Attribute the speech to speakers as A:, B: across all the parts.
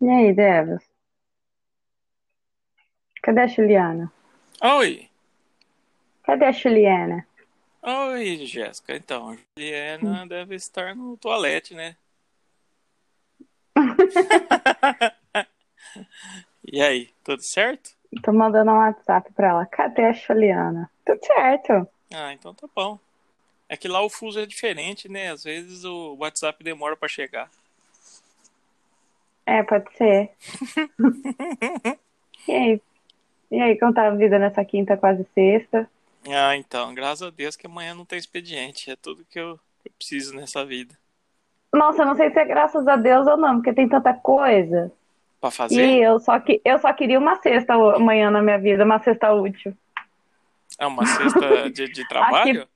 A: E aí, Devas? Cadê a Juliana?
B: Oi,
A: Cadê a Juliana?
B: oi, Jéssica. Então, a Juliana deve estar no toalete, né? e aí, tudo certo?
A: Tô mandando um WhatsApp pra ela. Cadê a Juliana? Tudo certo.
B: Ah, então tá bom. É que lá o fuso é diferente, né? Às vezes o WhatsApp demora pra chegar.
A: É, pode ser. E aí? E aí, como tá a vida nessa quinta, quase sexta?
B: Ah, então, graças a Deus que amanhã não tem expediente. É tudo que eu, eu preciso nessa vida.
A: Nossa, eu não sei se é graças a Deus ou não, porque tem tanta coisa.
B: Pra
A: E
B: fazer?
A: eu só, que, eu só queria uma sexta o- amanhã na minha vida, uma sexta útil.
B: É uma cesta de, de trabalho?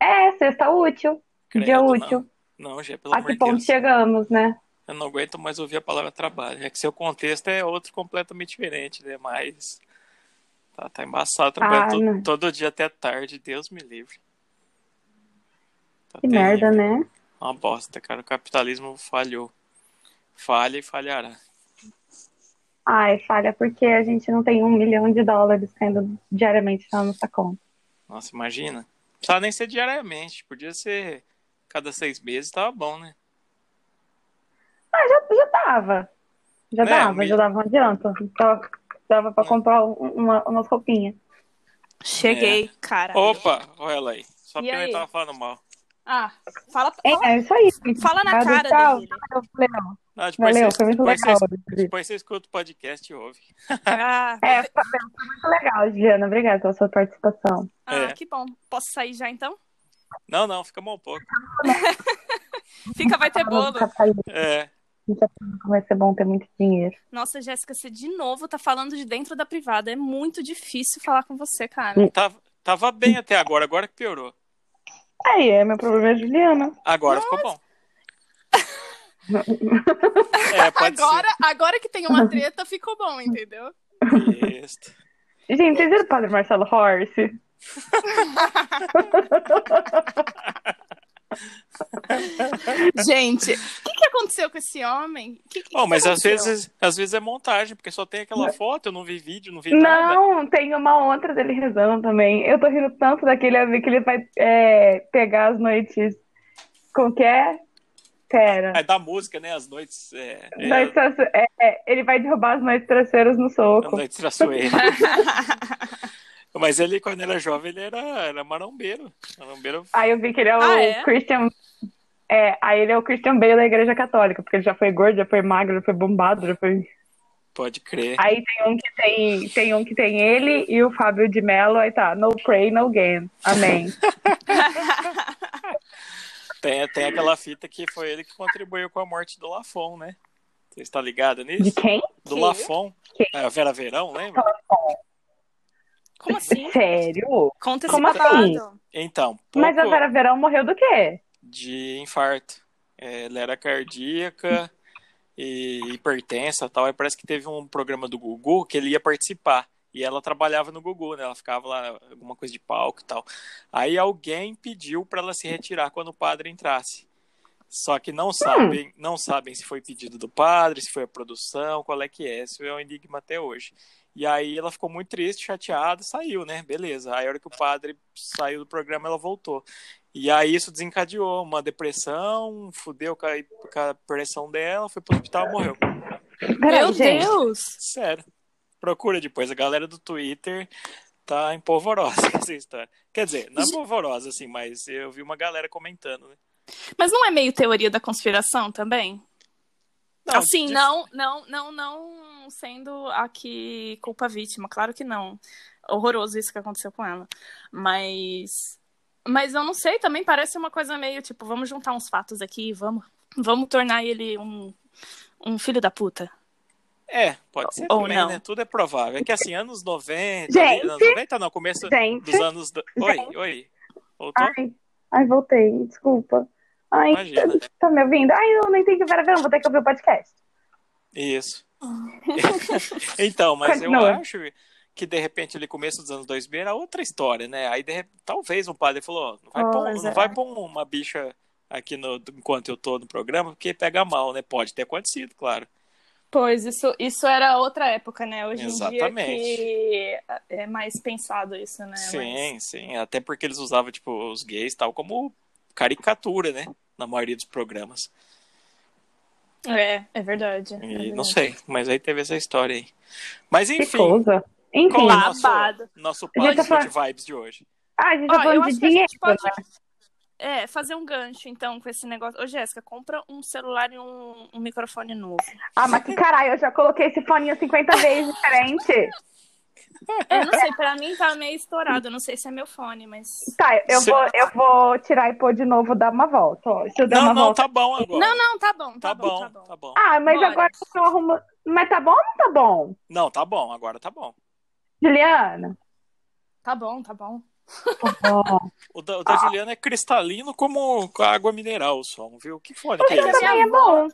A: É, sexta útil. dia
B: Credo,
A: útil.
B: Não, não já, pelo
A: A
B: amor
A: que
B: de
A: ponto
B: Deus.
A: chegamos, né?
B: Eu não aguento mais ouvir a palavra trabalho. É que seu contexto é outro completamente diferente, né? Mas tá, tá embaçado trabalhando
A: Ah,
B: to-
A: não.
B: todo dia até tarde. Deus me livre. Tá
A: Que merda,
B: terrível.
A: né?
B: Uma bosta, cara. O capitalismo falhou. Falha e falhará.
A: Ai, falha, porque a gente não tem um milhão de dólares caindo diariamente na nossa conta.
B: Nossa, imagina. Não precisava nem ser diariamente. Podia ser cada seis meses, tava bom, né?
A: Ah, já, já dava. Já
B: Né,
A: dava,
B: um
A: já dava um adianto. Dava, dava pra
B: É.
A: comprar um- uma, umas roupinhas.
C: Cheguei,
B: É.
A: É.
C: cara.
B: Opa, olha ela aí. Só
C: E
B: porque eu
C: aí?
B: tava falando mal.
C: Ah, fala,
A: É, então.
C: fala,
A: é isso aí.
C: fala na
A: Obrigado,
C: cara
A: tchau.
C: dele.
A: Valeu, Leão.
B: Não, depois
A: Valeu,
B: você,
A: foi muito
B: depois
A: legal.
B: você,
A: hoje.
B: depois você escuta o podcast e ouve.
C: Ah,
A: É, foi foi muito legal, Juliana. Obrigada pela sua participação.
C: ah,
B: É.
C: que bom. Posso sair já então?
B: Não, não, fica mal um pouco.
C: Fica, vai ter
A: Falando do
C: bolo.
A: capitalismo,
B: É.
A: vai ser é bom ter muito dinheiro.
C: Nossa, Jéssica, você de novo tá falando de dentro da privada. É muito difícil falar com você, cara.
B: Tava, tava bem até agora, agora que piorou.
A: Aí, é, meu problema é a Juliana.
B: Agora ficou bom. É, pode
C: Agora, agora que tem uma treta, ficou bom, entendeu?
B: ser. Isso.
A: Gente, vocês viram o padre Marcelo Horse?
C: Gente, o que, que aconteceu com esse homem? Que, que, que
B: Oh, mas às
C: aconteceu?
B: vezes, às vezes é montagem, porque só tem aquela foto, eu não vi vídeo, não vi nada.
A: Não, tem uma outra dele rezando também. Eu tô rindo tanto daquele amigo que ele vai é, pegar as noites. Com que é? Pera.
B: É da música, né? As noites. É, é,
A: Noites traço- é, é, ele vai derrubar as noites traseiras no
B: as
A: soco.
B: noites traçoeiras. Mas ele, quando era jovem, ele era, era marombeiro. Marombeiro.
A: Aí eu vi que ele é o
C: Ah, é?
A: Christian. É, aí ele é o Christian Bale da Igreja Católica, porque ele já foi gordo, já foi magro, já foi bombado, já foi.
B: Pode crer.
A: Aí tem um que tem, tem um que tem ele e o Fábio de Mello, aí tá, no pray, no gain. Amém.
B: Tem, tem aquela fita que foi ele que contribuiu com a morte do Lafon, né? Você está ligado
A: De
B: nisso?
A: quem?
B: Do Lafon. É, a Vera Verão, lembra?
C: Como assim?
A: Sério?
C: Conta esse
A: Como assim?
C: babado.
B: Então,
A: Mas a
B: pouco-
A: Vera Verão morreu do quê?
B: de infarto. É, Ela era cardíaca e hipertensa e tal. Aí parece que teve um programa do Gugu que ele ia participar. E ela trabalhava no Gugu, né? Ela ficava lá, alguma coisa de palco e tal. Aí alguém pediu para ela se retirar quando o padre entrasse. Só que não sabem, não sabem se foi pedido do padre, se foi a produção, qual é que é. Isso é um enigma até hoje. E aí ela ficou muito triste, chateada, saiu, né? Beleza. Aí a hora que o padre saiu do programa, ela voltou. E aí isso desencadeou uma depressão, fudeu com a, com a pressão dela, foi pro hospital
C: É.
B: e morreu.
A: Peraí,
C: Meu
A: gente.
C: Deus!
B: Sério. Procura depois. A galera do Twitter tá empolvorosa com essa história. Quer dizer, não é polvorosa, assim, mas eu vi uma galera comentando, né?
C: Mas não é meio teoria da conspiração também?
B: Não,
C: assim,
B: Então, de-
C: não, não, não, não sendo aqui culpa vítima, claro que não. Horroroso isso que aconteceu com ela. Mas mas eu não sei, também parece uma coisa meio tipo, vamos juntar uns fatos aqui, vamos vamos tornar ele um um filho da puta.
B: É, pode ser
C: Ou
B: também,
C: não.
B: né? Tudo é provável. É que assim, anos 90,
A: Gente!
B: anos 90 não, começo
A: Gente.
B: dos anos... do- Oi, oi. Voltou?
A: Ai, ai, voltei, desculpa. Ai,
B: Imagina. né?
A: tá- tá me ouvindo? Ai, eu não entendi Vera Verão, vou ter que ouvir o podcast.
B: Isso.
D: Ah.
B: então, mas
A: Continua.
B: eu acho que de repente ali começo dos anos 2000 era outra história, né? Aí de repente, talvez um padre falou, ó, não vai pôr,
C: Pois
B: não
C: é.
B: vai pôr uma
D: É,
B: bicha aqui no enquanto eu tô no programa, porque pega mal, né? Pode ter acontecido, claro.
D: Pois, isso, isso era outra época, né? Hoje
B: Exatamente.
D: em dia que é mais pensado isso, né?
B: Sim, sim. Até porque eles usavam, tipo, os gays e tal como caricatura, né? Na maioria dos programas.
D: Mas- é, é verdade. é
B: E
D: verdade.
B: não sei, mas aí teve essa história aí. Mas
A: Que
B: enfim,
A: coisa. Enfim.
B: qual é o nosso,
D: Babado.
B: nosso
A: A gente
B: papo
A: tá
B: de
A: falando-
B: good vibes de hoje?
A: Ah, a gente tá
D: Ó, eu
A: falando de
D: acho
A: né?
D: que a
A: dinheiro.
D: gente pode é, fazer um gancho, então, com esse negócio. Ô, Jéssica, compra um celular e um, um microfone novo.
A: Ah, mas que caralho, eu já coloquei esse foninho 50 vezes diferente.
D: Eu não sei, pra mim tá meio estourado. Eu não sei se é meu fone, mas.
A: Tá, eu
B: Cê-
A: vou, eu vou tirar e pôr de novo, dar uma volta. Ó, se eu der
B: Não,
A: uma
B: não,
A: volta.
B: tá bom agora.
D: Não, não, tá bom, tá,
B: tá,
D: bom, tá bom.
B: tá bom.
A: Ah, mas
D: Bora.
A: agora eu tô arrumando. Mas tá bom ou não tá bom?
B: Não, tá bom, agora tá bom.
A: Juliana?
D: Tá bom, tá bom.
B: O da, o
A: Ah.
B: da Juliana é cristalino como com água mineral o som, viu? Que foda que é
A: Mas
B: isso?
A: também é bom.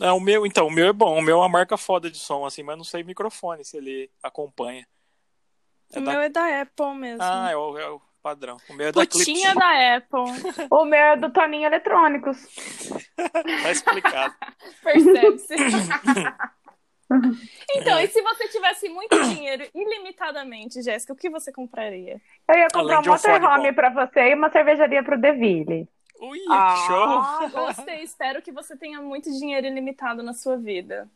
B: Não, o meu, então, o meu é bom. O meu é uma marca foda de som, assim, mas não sei microfone se ele acompanha. É
D: o
B: da-
D: meu é da Apple mesmo.
B: Ah, é o, é o padrão. O meu é da
D: Putinha
B: Clips.
D: da Apple.
A: O meu é do Toninho Eletrônicos.
B: Tá explicado.
D: Percebe-se. então,
B: É.
D: e se você tivesse muito dinheiro ilimitadamente, Jéssica, o que você compraria?
A: Eu ia comprar
B: Além de
A: um
B: um fone
A: motorhome
B: bom.
A: pra você e uma cervejaria pro Deville.
B: Ui,
D: Ah,
B: que show!
D: Gostei, espero que você tenha muito dinheiro ilimitado na sua vida.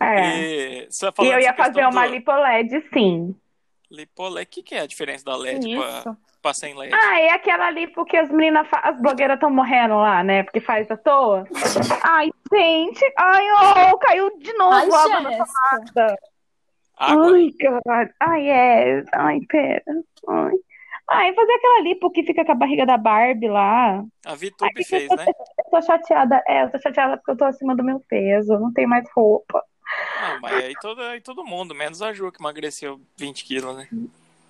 A: É.
B: E, você
A: E
B: falando
A: eu ia
B: essa questão
A: fazer uma
B: do
A: lipoled, sim.
B: Lipoled. O que, que é a diferença da LED pra,
D: Isso.
B: pra sem LED?
A: Ah, é aquela lipo que as meninas, fa- as blogueiras estão morrendo lá, né? Porque faz à toa. Ai, gente. Ai, oh, caiu de novo
D: Ai,
A: água na
D: Jéssica.
A: tomada.
B: Água.
A: Ai, caralho. Ai, é. Ai, pera. Ai. Ai, fazer aquela lipo que fica com a barriga da Barbie lá.
B: A VTube fez, né?
A: Eu tô chateada. É, eu tô chateada porque eu tô acima do meu peso. eu Não tenho mais roupa.
B: Ah, mas aí todo, aí todo mundo, menos a Ju, que emagreceu 20 quilos, né?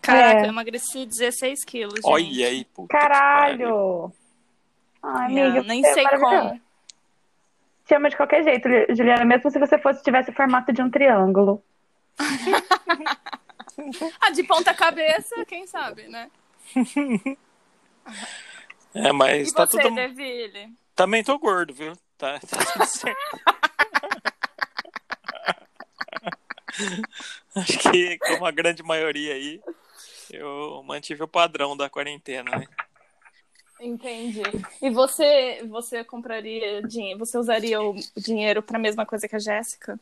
D: Caraca,
A: É.
D: eu emagreci 16 quilos. gente.
B: Olha aí, puta que pariu.
A: Caralho. Ai, amiga.
D: Não, nem
A: você é
D: sei
A: maravilhosa.
D: como.
A: Chama de qualquer jeito, Li- Juliana, mesmo se você fosse tivesse o formato de um triângulo.
D: Ah, de ponta cabeça, quem sabe, né?
B: É, mas
D: e
B: tá
D: você, né?
B: tudo.
D: Deville?
B: Também tô gordo, viu? Tá, tá tudo certo. Acho que, como a grande maioria aí, eu mantive o padrão da quarentena, né?
D: Entendi. E você, você compraria dinheiro? Você usaria o dinheiro pra mesma coisa que a Jéssica?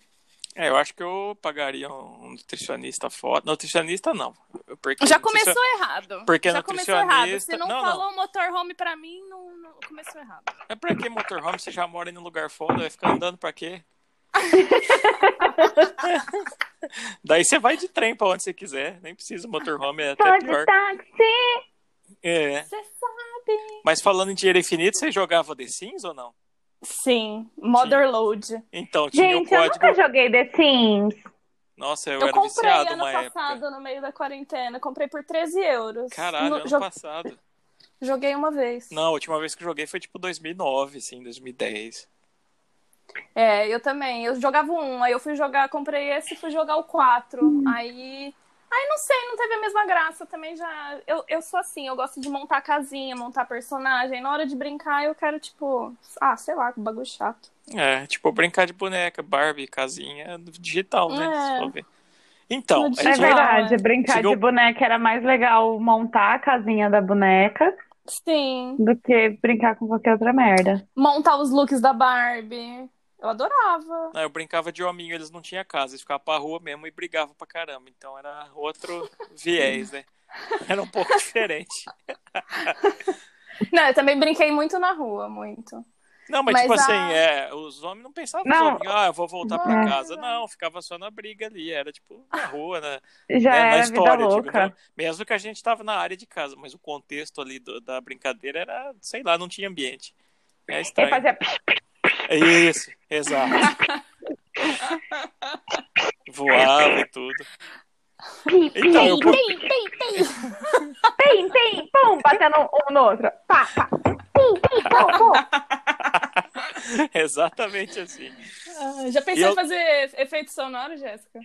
B: É, eu acho que eu pagaria um nutricionista foda. Nutricionista não. Porque
D: Já
B: nutricio-
D: começou errado.
B: é Porque é
D: Já começou errado.
B: nutricionista-
D: Você não,
B: não, não.
D: falou motorhome pra mim, não, não- começou errado.
B: É pra que motorhome? Você já mora em um lugar foda, vai ficar andando pra quê? Daí você vai de trem pra onde você quiser. Nem precisa, motorhome é até
A: Pode tá,
B: pior.
A: táxi!
B: É.
D: Você sabe.
B: Mas falando em dinheiro infinito, você jogava The Sims ou não?
D: Sim, Motherload.
B: Então, tinha o
A: Gente, eu
B: código.
A: nunca joguei The Sims.
B: Nossa, eu,
D: Eu
B: era
D: comprei
B: viciado
D: ano
B: uma
D: passado,
B: época.
D: no meio da quarentena. Comprei por 13 euros.
B: Caralho,
D: No-
B: ano
D: jo-
B: passado.
D: Joguei uma vez.
B: Não, a última vez que eu joguei foi tipo 2009, assim, 2010.
D: É, eu também. Eu jogava um, aí eu fui jogar, comprei esse e fui jogar o quatro. Aí. Aí não sei, não teve a mesma graça. Eu também já. Eu, eu sou assim, eu gosto de montar casinha, montar personagem. Na hora de brincar, eu quero, tipo. Ah, sei lá, que bagulho chato.
B: É, tipo, brincar de boneca, Barbie, casinha, digital, né?
D: É.
B: Só ver. Então, a
D: No
A: É
B: gente
D: digital.
A: verdade, brincar
B: Chegou-
A: de boneca era mais legal montar a casinha da boneca
D: Sim.
A: do que brincar com qualquer outra merda.
D: Montar os looks da Barbie. Eu adorava.
B: Ah, eu brincava de hominho, eles não tinham casa, eles ficavam pra rua mesmo e brigavam pra caramba. Então era outro viés, né? Era um pouco diferente.
D: Não, eu também brinquei muito na rua, muito.
B: Não, mas,
D: Mas
B: tipo
D: a-
B: assim, é, os homens não pensavam nos
A: Não.
B: homens, ah, eu vou voltar pra
A: Não.
B: casa. Não, ficava só na briga ali, era tipo na rua, na,
A: Ah, Já
B: né, na
A: era vida
B: história. então, digo,
A: louca.
B: não- mesmo que a gente tava na área de casa, mas o contexto ali do- da brincadeira era, sei lá, não tinha ambiente. É
A: Eu
B: estranho.
A: fazia psh,
B: É isso, exato. Voava e tudo.
A: pi, pi,
B: Então, eu-
D: Tem, tem, tem.
A: pim, pim, pum, batendo um no outro. Pá, pá, pim, pim, pum, pum.
B: Exatamente assim.
D: Ah, já pensou
B: E eu-
D: em fazer efeito sonoro, Jéssica?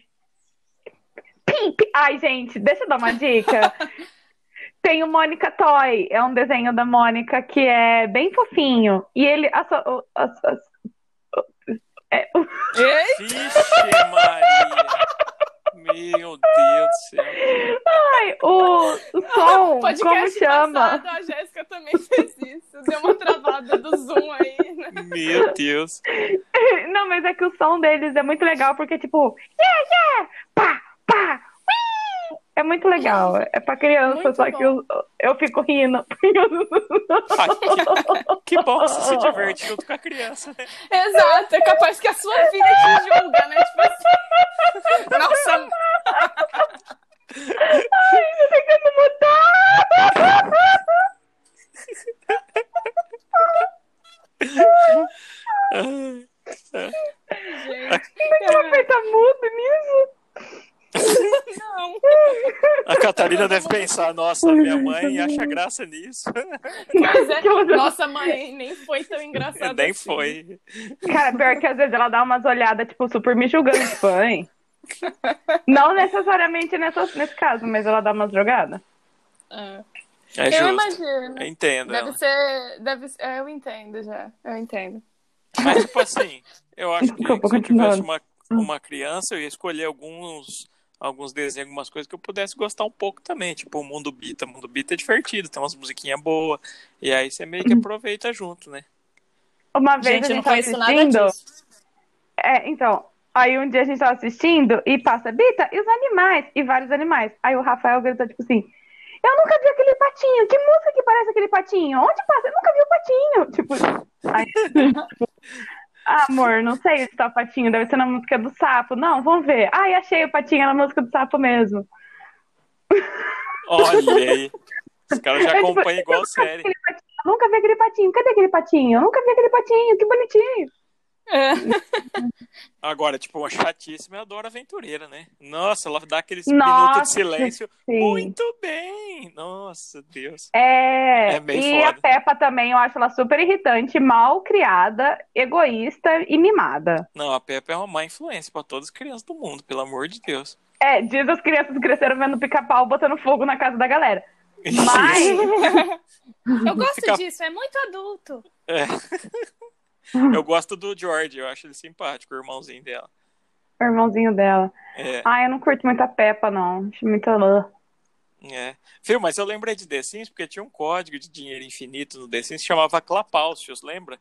A: Pim, pim. Ai, gente, deixa eu dar uma dica. Tem o Mônica Toy, é um desenho da Mônica que é bem fofinho. E ele. as- as- as- é,
D: Ei,
B: Vixe, Maria. Meu Deus do céu.
A: Ai, o, o som, como
D: É um podcast
A: chama?
D: passado, a Jéssica também fez isso. Deu uma travada do Zoom aí, né?
B: Meu Deus.
A: Não, mas é que o som deles é muito legal, porque, tipo, yeah, yeah, pá, pá, uim. É muito legal. É pra criança,
D: Muito
A: só
D: bom.
A: que eu, eu fico rindo.
B: Ah, que- que bom que você se diverte junto com a criança, né?
D: Exato, é capaz que a sua filha te julga, né? Tipo assim. Nossa,
A: Ai, eu tô tentando mudar!
B: Ah,
D: gente.
A: Não aperta muito tá nisso?
D: Não,
B: A Catarina deve pensar, nossa, minha mãe acha graça nisso.
D: mas é.
A: Que você-
D: Nossa, mãe, nem foi tão engraçado.
B: Nem
D: assim.
B: foi.
A: Cara, pior que às vezes ela dá umas olhadas, tipo, super me julgando, tipo, hein? Não necessariamente nessa, nesse caso, mas ela dá umas jogadas.
D: É.
B: É
D: eu
B: justo.
D: imagino.
B: Eu entendo.
D: Deve
B: ela.
D: ser, deve ser. é, Eu entendo já. Eu entendo.
B: Mas, tipo assim, eu acho que
A: Desculpa,
B: se eu
A: continuando.
B: tivesse uma,
D: Hum.
B: uma criança, eu ia escolher alguns, alguns desenhos, algumas coisas que eu pudesse gostar um pouco também. Tipo, o Mundo Bita. O Mundo Bita é divertido, tem umas musiquinhas boas. E aí você
D: Hum.
B: meio que aproveita junto, né?
A: Uma vez a gente tava assistindo. É, então. Aí um dia a gente tava assistindo e passa Bita e os animais, e vários animais. Aí o Rafael grita, tipo assim. Eu nunca vi aquele patinho. Que música que parece aquele patinho? Onde passa? Eu nunca vi o patinho. Tipo. Aí... Ah, Amor, não sei onde tá o patinho. Deve ser na música do sapo. Não, vamos ver. Ai, achei o patinho. Era na música do sapo mesmo.
B: Olha aí. Os caras já
A: É, tipo,
B: acompanham igual
A: eu nunca vi
B: série.
A: aquele patinho, eu nunca vi aquele patinho. Cadê aquele patinho? Eu nunca vi aquele patinho. Que bonitinho.
D: É.
B: Agora, tipo, uma chatíssima, eu adoro aventureira, né? Nossa, ela dá aqueles
A: Nossa,
B: minutos de silêncio.
A: Sim.
B: Muito bem! Nossa, Deus.
A: É,
B: É bem
A: e
B: foda.
A: a Peppa também, eu acho ela super irritante, mal criada, egoísta e mimada.
B: Não, a Peppa é uma má influência pra todas as crianças do mundo, pelo amor de Deus.
A: É, diz as crianças que cresceram vendo pica-pau botando fogo na casa da galera. Mas,
B: Isso.
D: Eu gosto
B: Fica-
D: disso, é muito adulto.
B: Eu gosto do George, eu acho ele simpático, o irmãozinho dela.
A: o irmãozinho dela.
B: É,
A: Ai, eu não curto muito a Peppa, não. Acho muito. lã.
B: é. Viu, mas eu lembrei de The Sims porque tinha um código de dinheiro infinito no The Sims que chamava Clapalcios, lembra?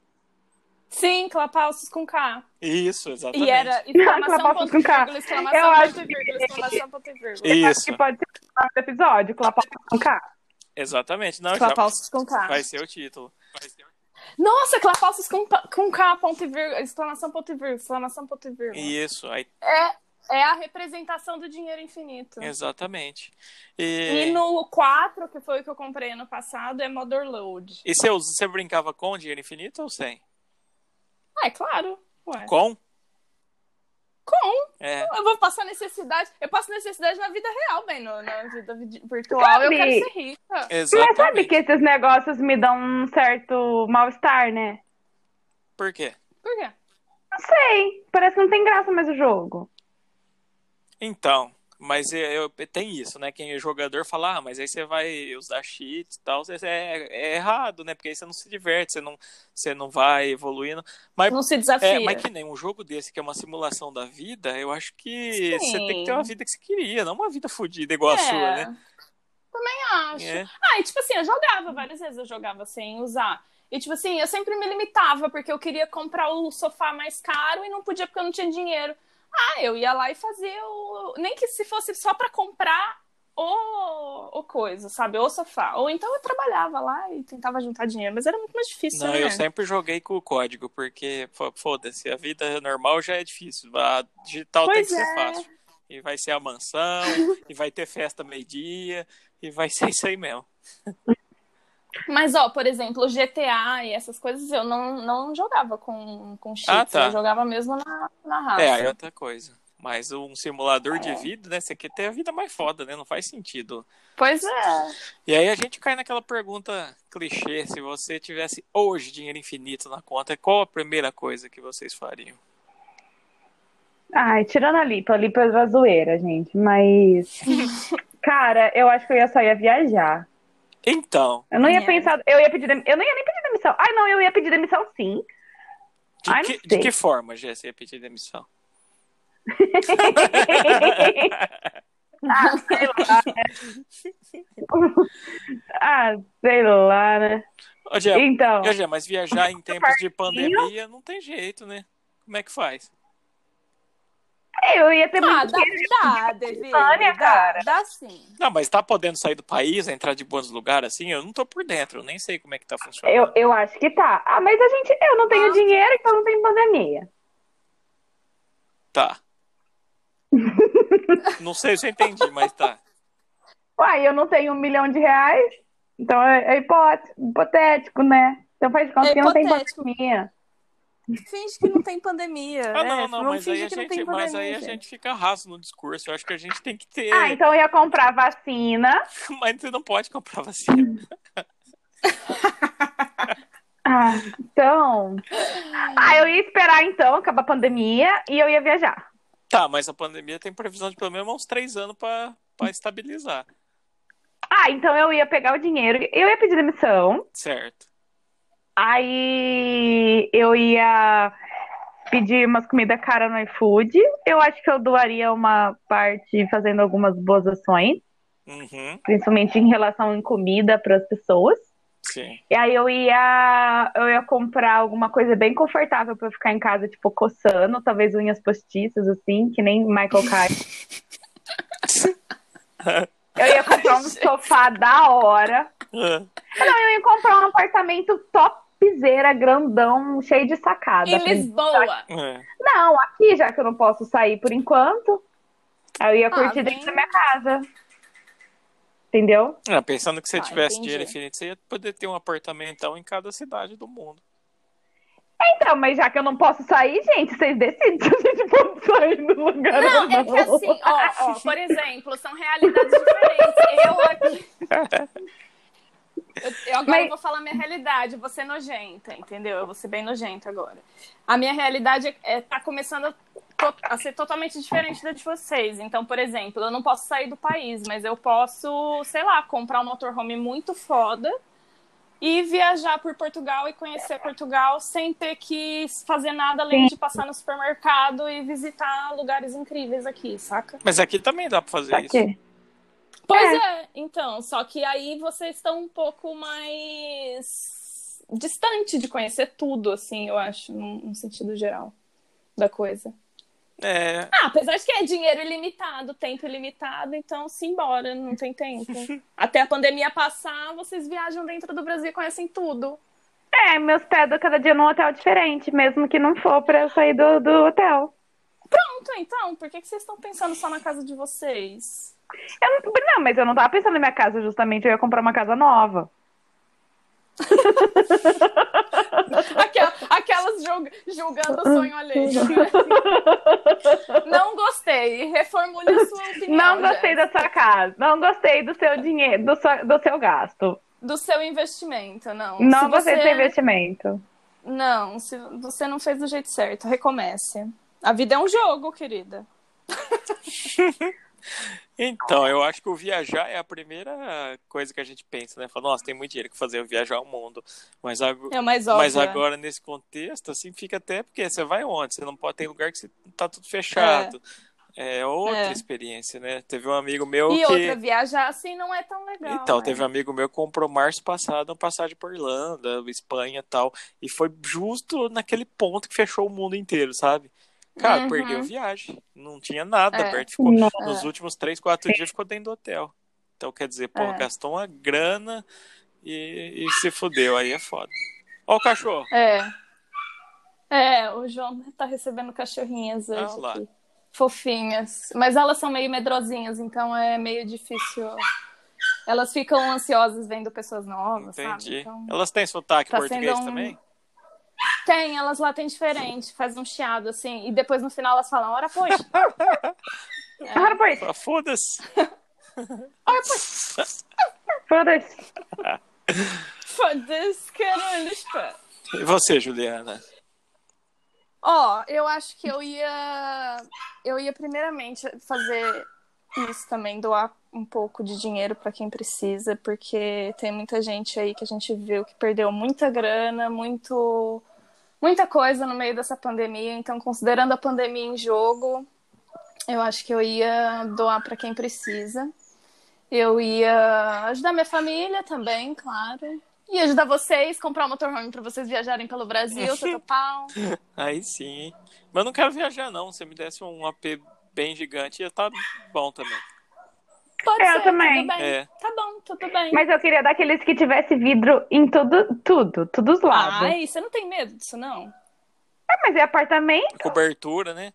D: Sim, clapalços com K.
B: Isso, exatamente.
D: E era exclamação,
A: Clapalços
D: ponto
A: com
D: e
A: K.
D: vírgula, exclamação,
A: Eu acho
D: ponto e vírgula, exclamação, ponto e vírgula.
A: Acho
B: Isso,
A: que pode ser o nome do episódio, Clapau com K.
B: exatamente. Não, já
D: Clapalços com K.
B: vai ser o título.
D: Nossa, clapalços com, pa- com K, ponto e vírgula, exclamação, ponto e vírgula, exclamação, ponto e vírgula.
B: Isso, aí,
D: É, é a representação do dinheiro infinito.
B: exatamente.
D: E
B: E,
D: no 4, que foi o que eu comprei ano passado, é Motherload.
B: e você, usa- você brincava com dinheiro infinito ou sem?
D: Ah, é claro. Ué.
B: Com?
D: Com.
B: É.
D: Eu vou passar necessidade. Eu passo necessidade na vida real, bem, no- na vida vi- virtual. Eu
A: Sabe-
D: quero ser rica.
A: Mas sabe
B: Exatamente.
A: que esses negócios me dão um certo mal-estar, né?
B: Por quê?
D: Por quê?
A: Não sei. Parece que não tem graça mais o jogo.
B: Então, mas eu, eu- tem isso, né? Quem é jogador fala, ah, mas aí você vai usar cheats e tal, você- é, é errado, né? Porque aí você não se diverte, você não, você não vai evoluindo.
D: Não se
B: É,
D: desafia.
B: mas que nem um jogo desse, que é uma simulação da vida, eu acho que
D: Sim.
B: você tem que ter uma vida que você queria, não uma vida fodida igual a sua, né?
D: É. Também acho.
B: É.
D: Ah, e tipo assim, eu jogava várias vezes, eu jogava sem usar. E tipo assim, eu sempre me limitava, porque eu queria comprar o sofá mais caro e não podia porque eu não tinha dinheiro. Ah, eu ia lá e fazia o. Nem que se fosse só pra comprar o, o coisa, sabe? O sofá. Ou então eu trabalhava lá e tentava juntar dinheiro, mas era muito mais difícil,
B: Não,
D: né?
B: eu sempre joguei com o código, porque fo- foda-se, a vida normal já é difícil, a digital tem
D: Pois
B: que ser
D: é.
B: fácil. E vai ser a mansão, e vai ter festa meio-dia, e vai ser isso aí mesmo.
D: Mas, ó, por exemplo, o GTA e essas coisas eu não, não jogava com, com cheats,
B: Ah, tá.
D: eu jogava mesmo na, na raça.
B: É, aí é outra coisa. Mas um simulador de
D: É.
B: vida, né? Você quer ter a vida mais foda, né? Não faz sentido.
D: Pois é.
B: E aí a gente cai naquela pergunta clichê: se você tivesse hoje dinheiro infinito na conta, qual a primeira coisa que vocês fariam?
A: Ai, tirando a Lipa, a Lipa é da zoeira, gente, mas. Cara, eu acho que eu ia só ia viajar.
B: Então,
A: Eu não ia
D: É.
A: pensar, eu ia pedir, dem- eu não ia nem pedir demissão. Ai, não, eu ia pedir demissão sim.
B: De,
A: Ai, não
B: que, de
A: sei.
B: que forma, Jéssica, ia pedir demissão?
A: ah, sei lá. né? ah, sei lá, né?
B: Ô, Jé,
A: Então,
B: ô, Jé, mas viajar em tempos de pandemia não tem jeito, né? Como é que faz?
A: eu ia ter
D: Ah,
A: muito
D: dá,
A: dinheiro.
D: dá, Devi.
A: Tânia,
D: Dá,
A: cara.
D: dá sim.
B: Não, mas tá podendo sair do país, entrar de bons lugares assim? Eu não tô por dentro, eu nem sei como é que tá funcionando.
A: Eu, eu acho que tá. Ah, mas a gente, eu não tenho
D: Ah.
A: dinheiro, então não tem pandemia.
B: Tá. não sei se eu entendi, mas tá.
A: Uai, eu não tenho um milhão de reais, então é, é hipótese, hipotético, né? Então faz de conta
D: É
A: que não tem
D: hipotético.
A: pandemia.
D: Finge que não tem pandemia.
B: Ah,
D: né?
B: não, não, mas
D: finge
B: aí, a
D: que não
B: gente,
D: tem
B: mas
D: pandemia.
B: aí a gente fica raso no discurso. Eu acho que a gente tem que ter.
A: Ah, então eu ia comprar vacina.
B: Mas você não pode comprar vacina.
A: Ah, então. Ah, eu ia esperar então acabar a pandemia e eu ia viajar.
B: Tá, mas a pandemia tem previsão de pelo menos uns três anos pra, pra estabilizar.
A: Ah, então eu ia pegar o dinheiro, eu ia pedir demissão,
B: Certo.
A: aí eu ia pedir umas comidas cara no iFood. Eu acho que eu doaria uma parte fazendo algumas boas ações,
B: Uhum,
A: principalmente em relação em comida para as pessoas.
B: sim.
A: E aí eu ia, eu ia comprar alguma coisa bem confortável pra eu ficar em casa, tipo, coçando, talvez unhas postiças, assim, que nem Michael Kyle. eu ia comprar um sofá da hora.
B: Ah,
A: Não, eu ia comprar um apartamento topzera, grandão, cheio de
B: tá
A: sacada.
D: Em Lisboa.
B: é.
A: Não, aqui, já que eu não posso sair por enquanto, aí eu ia
D: Ah,
A: curtir
D: bem.
A: dentro da minha casa. Entendeu?
B: Ah, pensando que você
D: Ah,
B: tivesse
D: entendi.
B: dinheiro infinito, você ia poder ter um apartamentão em cada cidade do mundo.
A: Então, mas já que eu não posso sair, gente, vocês decidem se a gente pode sair do lugar ou Ah,
D: Não, é que assim, ó, ó, por exemplo, são realidades diferentes. Eu aqui. Eu, eu agora
A: Mas-
D: eu vou falar minha realidade, eu vou ser nojenta, entendeu? Eu vou ser bem nojenta agora. A minha realidade é, é- tá começando a, to- a ser totalmente diferente da de vocês. Então, por exemplo, eu não posso sair do país, mas eu posso, sei lá, comprar um motorhome muito foda e viajar por Portugal e conhecer Portugal sem ter que fazer nada além de passar no supermercado e visitar lugares incríveis aqui, saca?
B: Mas aqui também dá pra fazer
A: Pra
B: É isso.
A: quê?
D: Pois é. então, só que aí vocês estão um pouco mais distante de conhecer tudo, assim, eu acho, num, num sentido geral da coisa.
B: É,
D: Ah, apesar de que é dinheiro ilimitado, tempo ilimitado, então simbora, não tem tempo. Até a pandemia passar, vocês viajam dentro do Brasil e conhecem tudo.
A: É, meus pés dão cada dia num hotel diferente, mesmo que não for pra eu sair do, do hotel.
D: Pronto, então, por que, que vocês estão pensando só na casa de vocês?
A: Eu não, não, mas eu não tava pensando na minha casa, justamente, eu ia comprar uma casa nova.
D: Aquela- aquelas julg- julgando o sonho alheio. Não gostei. Reformule a sua opinião.
A: Não gostei
D: Jéssica.
A: da sua casa, não gostei do seu dinheiro, do, seu- do seu gasto.
D: do seu investimento, não.
A: Não
D: Se
A: gostei do
D: você-
A: seu investimento.
D: Não, se você não fez do jeito certo, recomece. A vida é um jogo, querida.
B: Então, eu acho que o viajar é a primeira coisa que a gente pensa, né? Fala, nossa, tem muito dinheiro que fazer, eu viajar o mundo. Mas, ago-
D: É o mais óbvio.
B: mas agora, nesse contexto, assim, fica até porque você vai onde? Você não pode, tem lugar que você tá tudo fechado. É, outra
D: É.
B: experiência, né? Teve um amigo meu
D: E
B: que.
D: outra, viajar assim não é tão legal.
B: Então,
D: né?
B: teve um amigo meu que comprou março passado uma passagem por Irlanda, Espanha e tal. E foi justo naquele ponto que fechou o mundo inteiro, sabe? Cara,
D: Uhum.
B: perdeu viagem. Não tinha nada
D: É.
B: perto. Ficou,
A: Não.
B: Nos últimos três, quatro dias ficou dentro do hotel. Então, quer dizer, pô,
D: É.
B: gastou uma grana e, e se fudeu. Aí é foda. Ó o cachorro.
D: É. É, o João tá recebendo cachorrinhas hoje
B: Ah, lá.
D: aqui. Fofinhas. Mas elas são meio medrosinhas, então é meio difícil. Elas ficam ansiosas vendo pessoas novas, sabe?
B: Entendi.
D: Então...
B: Elas têm sotaque
D: tá
B: português
D: sendo um-
B: também?
D: Tem, elas lá tem diferente, faz um chiado assim, e depois no final elas falam, ora pois. É.
A: Ah, pois,
B: Ah, Foda-se.
A: foda-se.
D: Foda-se, caralho, pá.
B: E você, Juliana?
D: Ó, eu acho que eu ia. Eu ia primeiramente fazer isso também, doar um pouco de dinheiro pra quem precisa, porque tem muita gente aí que a gente viu que perdeu muita grana, muito muita coisa no meio dessa pandemia, então considerando a pandemia em jogo, eu acho que eu ia doar para quem precisa. Eu ia ajudar minha família também, claro. E ajudar vocês, comprar um motorhome para vocês viajarem pelo Brasil, pau.
B: Aí sim. Mas eu não quero viajar, não. Se me desse um AP bem gigante, ia estar tá bom também.
D: Pode
A: Eu
D: ser,
A: também.
D: tudo bem.
B: É.
D: Tá bom, tudo bem.
A: Mas eu queria daqueles que tivesse vidro em tudo, tudo, todos os lados.
D: Ai, Ah, você não tem medo disso, não?
A: É, mas é apartamento.
B: Cobertura, né?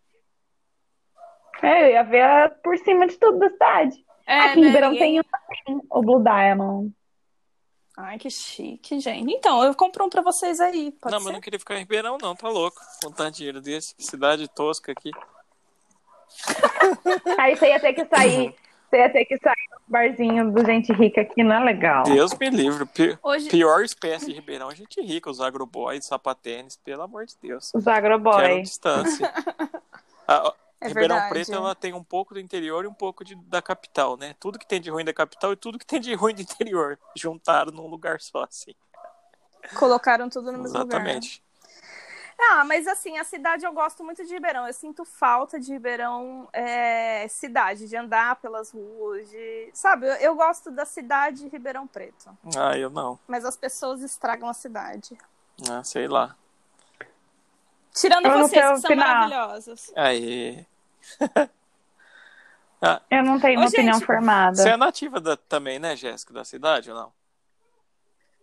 A: É, eu ia ver ah, por cima de tudo da cidade.
D: É,
A: Aqui em
D: né,
A: Verão
D: ninguém-
A: tem um assim, o Blue Diamond.
D: Ai, que chique, gente. Então, eu compro um pra vocês aí, pode
B: não,
D: ser?
B: mas eu não queria ficar em Ribeirão, não. Tá louco. Com tanto dinheiro desse. que Cidade tosca aqui.
A: Aí você ia ter que
B: Uhum.
A: sair. Você ia ter que sair no barzinho do gente rica aqui, não é legal.
B: Deus me livre. Pi-
D: Hoje...
B: Pior espécie de Ribeirão, a gente rica. Os agroboys, sapatênis, pelo amor de Deus.
A: Os
B: Quero
A: agroboy.
B: distância. A- a-
D: É
B: Ribeirão
D: verdade.
B: Preto ela tem um pouco do interior e um pouco de- da capital, né? Tudo que tem de ruim da capital e tudo que tem de ruim do interior juntaram num lugar só, assim.
D: Colocaram tudo no mesmo lugar.
B: Exatamente.
D: Ah, mas assim, a cidade eu gosto muito de Ribeirão. Eu sinto falta de Ribeirão é, cidade, de andar pelas ruas, de... Sabe, eu, eu gosto da cidade de Ribeirão Preto.
B: Ah, eu não.
D: Mas as pessoas estragam a cidade.
B: Ah, sei lá.
D: Tirando
A: Eu não
D: vocês,
A: quero
D: que são
A: opinar.
D: maravilhosos.
B: Aí.
A: Eu não tenho uma
D: Ô, gente,
A: opinião formada.
B: Você é nativa da- também, né, Jéssica, da cidade ou não?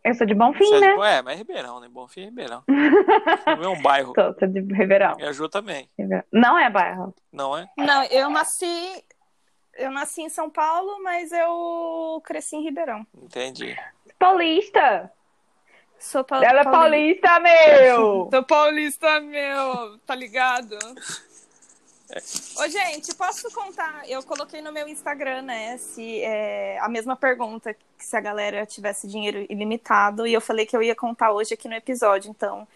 A: Eu sou de Bonfim,
B: Você é, de
A: né?
B: Bo- é, mas é Ribeirão, né? Bonfim é Ribeirão. Não é um bairro.
A: Sou, sou de Ribeirão.
B: E a Ju também,
A: Ribeirão. Não é bairro.
B: não é?
D: Não, eu nasci... Eu nasci em São Paulo, mas eu cresci em Ribeirão.
B: Entendi.
A: Paulista!
D: Sou pau-
A: Ela é paulista, meu!
D: Sou paulista, meu, tá ligado? Ô, gente, posso contar? Eu coloquei no meu Instagram, né, se, é, a mesma pergunta, que se a galera tivesse dinheiro ilimitado, e eu falei que eu ia contar hoje aqui no episódio, então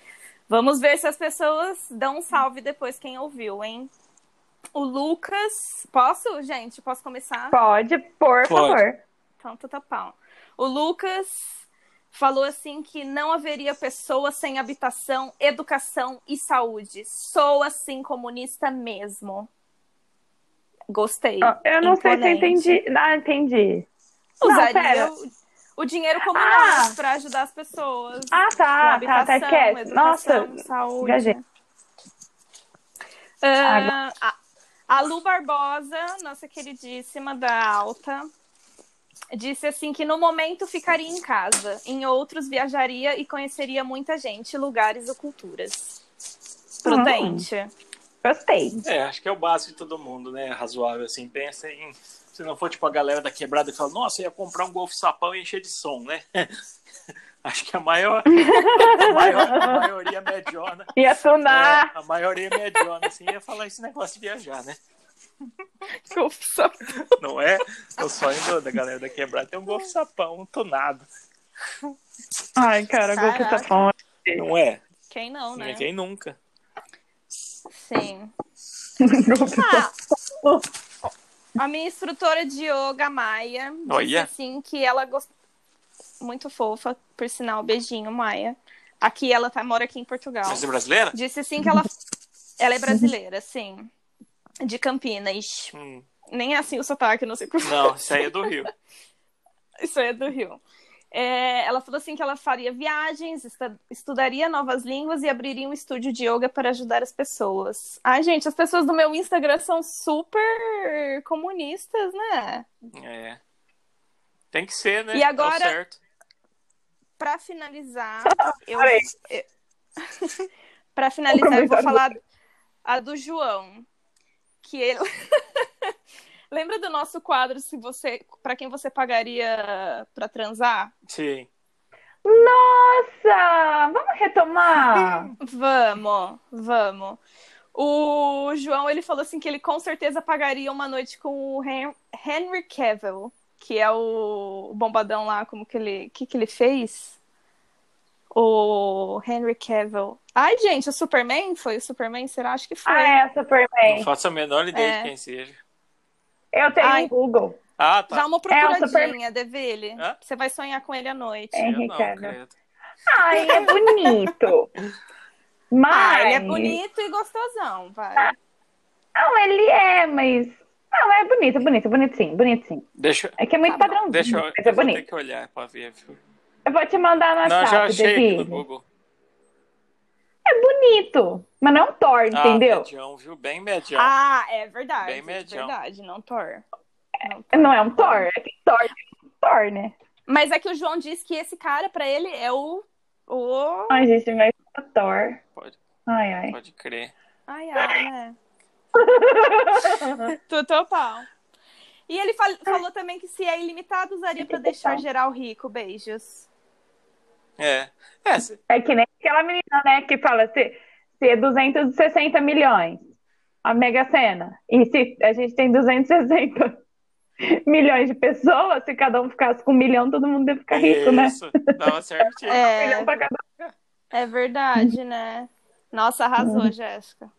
D: vamos ver se as pessoas dão um salve depois quem ouviu, hein? O Lucas, posso, gente? Posso começar?
A: Pode, por
B: Pode.
A: favor.
D: Então, tá pau. O Lucas falou assim que não haveria pessoa sem habitação, educação e saúde. Sou assim comunista mesmo. Gostei.
A: Ah, Eu não sei se eu
D: Imponente.
A: entendi. Ah, entendi. Não,
D: Usaria
A: pera.
D: o, o dinheiro
A: Ah!
D: comunista para ajudar as pessoas.
A: Ah, tá,
D: Com
A: tá, tá, esquece.
D: educação,
A: Nossa,
D: saúde. né?
A: viajei.
D: Ah, a, a Lu Barbosa, nossa queridíssima da Alta, disse assim que no momento ficaria em casa, em outros viajaria e conheceria muita gente, lugares ou culturas. Hum. Prudente.
A: gostei.
B: É, acho que é o básico de todo mundo, né? Razoável, assim. Pensa em. Se não for tipo a galera da quebrada que fala, nossa, eu ia comprar um golfe sapão e encher de som, né? acho que a maior. A, maior, a maioria mediona.
A: Ia tunar.
B: é, a maioria mediona, assim, ia falar esse negócio de viajar, né? Não é? O sonho do- da galera da quebrada é um golfe sapão, um tunado.
A: Ai, cara,
D: Caraca.
A: golpe tá bom.
B: Não é?
D: Quem não, né?
B: Ninguém nunca.
D: Sim.
A: Golpe
D: Ah, a minha instrutora de yoga, Maia, disse
B: Olha.
D: assim que ela gost... muito fofa, por sinal, beijinho, Maia. Aqui ela tá, mora aqui em Portugal.
B: Mas é brasileira?
D: Disse sim que ela, ela é brasileira, sim. De Campinas.
B: Hum,
D: Nem é assim o sotaque, não sei por
B: não, isso aí é do Rio.
D: Isso aí é do Rio. É, ela falou assim que ela faria viagens, estu- estudaria novas línguas e abriria um estúdio de yoga para ajudar as pessoas. Ai, gente, as pessoas do meu Instagram são super comunistas, né?
B: É. Tem que ser, né?
D: E
B: É o
D: agora-
B: certo.
D: Para finalizar, eu,
A: Parei.
D: para finalizar eu vou falar a do João, que ele Lembra do nosso quadro se você para quem você pagaria para transar?
B: Sim.
A: Nossa, vamos retomar.
D: Vamos, vamos. O João, ele falou assim que ele com certeza pagaria uma noite com o Hen- Henry Cavill, que é o o bombadão lá, como que ele, que que ele fez? O Henry Cavill. Ai, gente, o Superman? Foi o Superman? Será? Acho que foi.
A: Ah, é,
B: Não
A: Superman.
B: faço a menor ideia
D: É.
B: de quem seja.
A: Eu tenho
D: Ai.
A: um Google.
B: Ah, tá.
D: Dá uma
A: É, o
D: procuradinha,
A: Superman.
D: Deville.
B: Hã?
D: Você vai sonhar com ele à noite.
A: É.
B: Eu não,
A: Henrique, né?
B: credo.
A: Ai, é bonito. Mas.
D: Ah, ele é bonito e gostosão, vai.
A: Ah, Não, ele é, mas. Não, é bonito, bonito, bonito sim, bonito sim.
B: Deixa,
A: É que é muito
D: Tá bom.
A: padrãozinho,
B: deixa eu,
A: mas é
B: eu vou ter
A: bonito. Tá
B: que olhar pra ver, viu?
A: Eu vou te mandar no
B: Não, eu
A: WhatsApp,
B: já achei aqui no
A: Davi.
B: Google.
A: É bonito, mas não é um Thor,
B: Ah,
A: entendeu?
B: medião, viu? Bem medião.
D: Ah, é verdade.
B: Bem medião.
D: Verdade, não Thor. Não Thor.
A: Não é um Thor, é que Thor é um Thor, né?
D: Mas é que o João disse que esse cara, pra ele, é o. O.
A: Ai, gente, mas é Thor.
B: Pode,
A: Ai, ai.
B: pode crer.
D: Ai, ai, né? Tutu pau. E ele fal- falou também que se é ilimitado, usaria pra deixar geral rico. Beijos.
B: É. É, se-
A: É que nem aquela menina, né, que fala se, se é 260 milhões, a Mega Sena. E se a gente tem 260 milhões de pessoas, se cada um ficasse com um milhão, todo mundo ia ficar rico, né?
B: é isso. Tava certinho.
A: Um
D: É,
A: milhão pra cada um.
D: é verdade, né? Nossa, arrasou, Jéssica.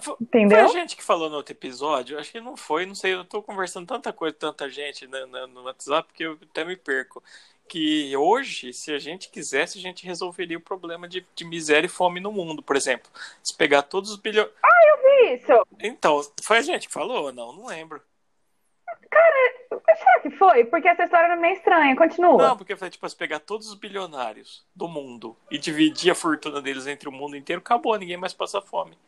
B: Foi-
A: Entendeu?
B: Foi a gente que falou no outro episódio? Acho que não foi, não sei. Eu tô conversando tanta coisa, tanta gente na- na- no WhatsApp que eu até me perco. Que hoje, se a gente quisesse, a gente resolveria o problema de, de miséria e fome no mundo, por exemplo. Se pegar todos os bilhões.
A: Isso.
B: Então, foi a gente que falou? ou Não, não lembro.
A: Será que foi? Porque essa história não é meio estranha. Continua.
B: Não, porque foi tipo, se pegar todos os bilionários do mundo e dividir a fortuna deles entre o mundo inteiro, acabou, ninguém mais passa fome.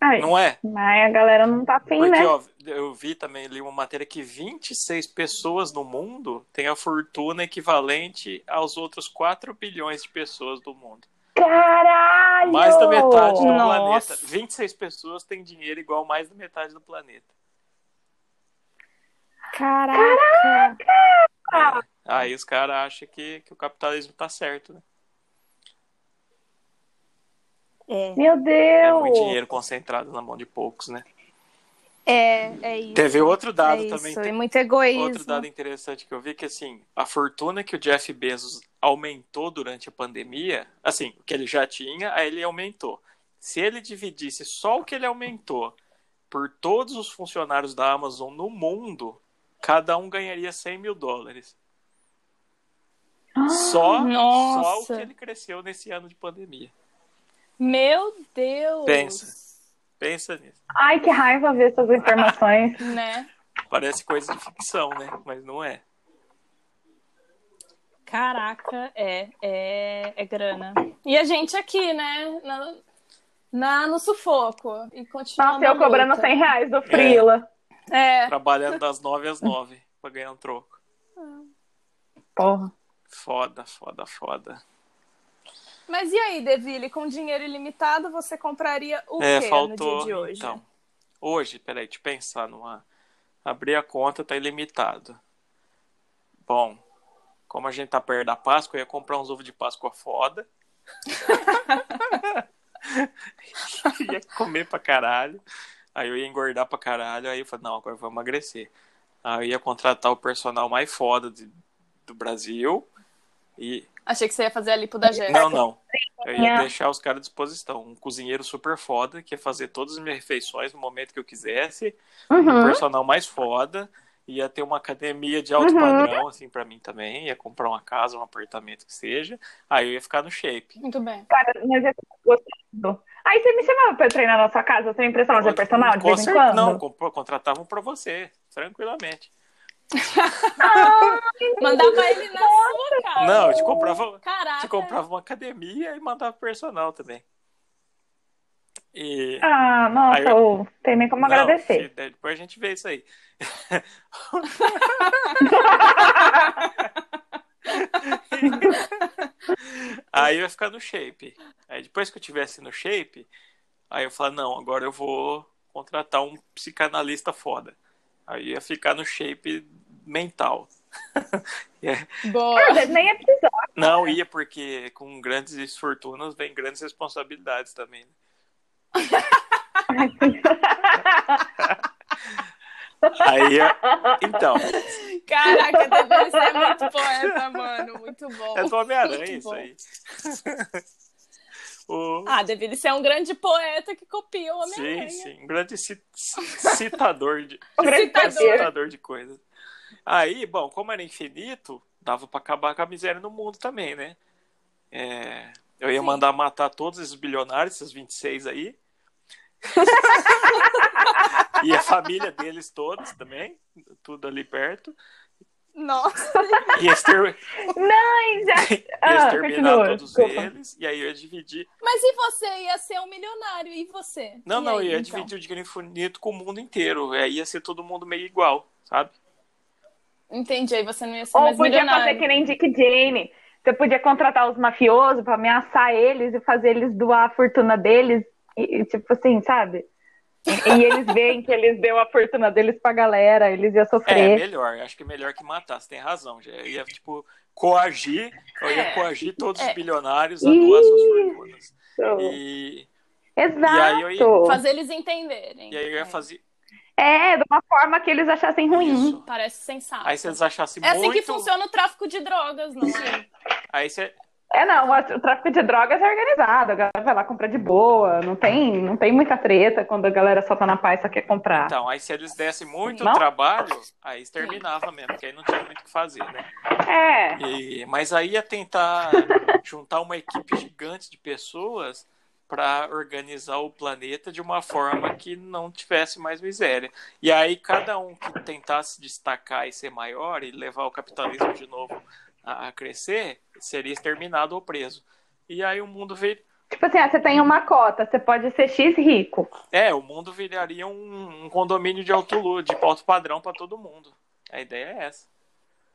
A: Ai,
B: Não é?
A: Mas a galera não tá afim,
B: Porque,
A: né?
B: ó, eu vi também, li uma matéria que 26 pessoas no mundo têm a fortuna equivalente aos outros 4 bilhões de pessoas do mundo.
A: Caralho!
B: Mais da metade do
D: Nossa.
B: planeta. 26 pessoas têm dinheiro igual a mais da metade do planeta.
D: Caraca.
A: Ah.
B: Aí os caras acham que, que o capitalismo tá certo, né?
D: É,
A: Meu
B: É
A: Deus!
B: muito dinheiro concentrado na mão de poucos, né?
D: é, é isso.
B: Teve outro
D: É
B: dado também.
D: isso, e muito egoísmo.
B: Outro dado interessante que eu vi é que assim, a fortuna que o Jeff Bezos aumentou durante a pandemia, assim, o que ele já tinha, aí ele aumentou. Se ele dividisse só o que ele aumentou por todos os funcionários da Amazon no mundo, cada um ganharia 100 mil dólares. Só, só o
D: Nossa.
B: que ele cresceu nesse ano de pandemia.
D: Meu Deus.
B: Pensa. Pensa nisso.
A: Ai, que raiva ver essas informações.
D: Né?
B: Parece coisa de ficção, né? Mas não é.
D: Caraca, é, é, é grana. E a gente aqui, né? Na, na- no sufoco. E continuando.
A: Nossa, eu
D: a luta.
A: cobrando
B: tá.
A: 100 reais do Frila.
D: É,
B: Trabalhando das 9 às 9 pra ganhar um troco.
A: Porra.
B: Foda, foda, foda.
D: mas e aí, Deville, com dinheiro ilimitado, você compraria o
B: É,
D: que
B: faltou.
D: no dia de hoje?
B: Então, hoje, peraí, deixa eu pensar numa. Abrir a conta tá ilimitado. Bom, como a gente tá perto da Páscoa, eu ia comprar uns ovos de Páscoa foda. ia comer pra caralho. Aí eu ia engordar pra caralho. Aí eu falei, não, agora eu vou emagrecer. Aí eu ia contratar o personal mais foda de- do Brasil. E.
D: Achei que você ia fazer a lipo da Jéssica.
B: Não, não. Eu ia
A: Minha-
B: deixar os caras à disposição. Um cozinheiro super foda, que ia fazer todas as minhas refeições no momento que eu quisesse. Um
A: Uhum.
B: personal mais foda. Ia ter uma academia de alto
A: Uhum.
B: padrão, assim, pra mim também. Ia comprar uma casa, um apartamento, que seja. Aí eu ia ficar no shape.
D: Muito bem.
A: Cara, mas eu tô gostando. Aí você me chamava pra eu treinar na sua casa, eu tenho impressão de é personal de
B: Com
A: vez em
B: cer-
A: quando?
B: Não, com- contratavam pra você, tranquilamente.
D: Mandava ele na sua casa.
B: Não, eu te comprava,
D: Caraca.
B: te comprava uma academia e mandava personal também. E...
A: Ah, nossa,
B: Aí eu-
A: ô, tem nem como
B: Não,
A: agradecer.
B: se- é, Depois a gente vê isso aí. aí eu ia ficar no shape. Aí depois que eu tivesse no shape, aí eu falo, não, agora eu vou contratar um psicanalista foda. Aí eu ia ficar no shape mental.
D: Boa.
A: Às vezes nem é precisar.
B: Não ia porque com grandes fortunas vem grandes responsabilidades também. né? Aí eu... então,
D: Caraca, Deville, você é muito poeta, mano. Muito bom.
B: É do
D: Muito
B: Homem-Aranha isso
D: bom.
B: aí. O-
D: Ah, Deville, você é um grande poeta que copia o
B: sim,
D: Homem-Aranha.
B: sim. Um grande ci- ci- citador de,
A: Um grande
D: Citador.
A: prazer.
B: citador de coisas. Aí, bom, como era infinito, dava pra acabar com a miséria no mundo também, né? É, Eu ia mandar matar todos esses bilionários, esses 26 aí. e a família deles todos também, tudo ali perto.
D: Nossa.
B: E exter...
A: Não, já...
B: ah, ia exterminar todos Desculpa. eles. E aí eu ia dividir.
D: Mas e você ia ser um milionário? E você?
B: Não,
D: E
B: não,
D: aí,
B: ia
D: então?
B: dividir o dinheiro infinito com o mundo inteiro. Aí ia ser todo mundo meio igual, sabe?
D: Entendi, aí você não ia ser
A: Ou
D: mais
A: podia
D: milionário.
A: fazer que nem Dick Jane. Você podia contratar os mafiosos pra ameaçar eles e fazer eles doar a fortuna deles. E, e, tipo assim, sabe? E eles veem que eles deu a fortuna deles pra galera, eles iam
B: É,
A: sofrer.
B: melhor. Acho que é melhor que matar, você tem razão. Já ia, tipo, coagir. Eu ia
D: É.
B: coagir todos
D: É.
B: os bilionários a doar suas fortunas. E,
A: Exato.
B: aí eu ia
D: Fazer eles entenderem.
B: e aí eu ia fazer
A: É, de uma forma que eles achassem ruim.
B: isso.
D: Parece sensato.
B: Aí se eles achassem
D: É assim
B: muito...
D: que funciona o tráfico de drogas, não é?
B: Aí você...
A: É, não, o tráfico de drogas é organizado, a galera vai lá comprar de boa, não tem, não tem muita treta quando a galera só tá na paz e só quer comprar.
B: Então, aí se eles dessem muito
A: Não?
B: trabalho, aí exterminava mesmo, porque aí não tinha muito o que fazer, né?
A: É,
B: E- mas aí ia tentar juntar uma equipe gigante de pessoas para organizar o planeta de uma forma que não tivesse mais miséria. E aí cada um que tentasse destacar e ser maior e levar o capitalismo de novo a, a crescer seria exterminado ou preso. E aí o mundo vir...
A: tipo assim, ah, você tem uma cota, você pode ser X rico.
B: é, o mundo viraria um, um condomínio de alto lu- de alto padrão para todo mundo. A ideia é essa.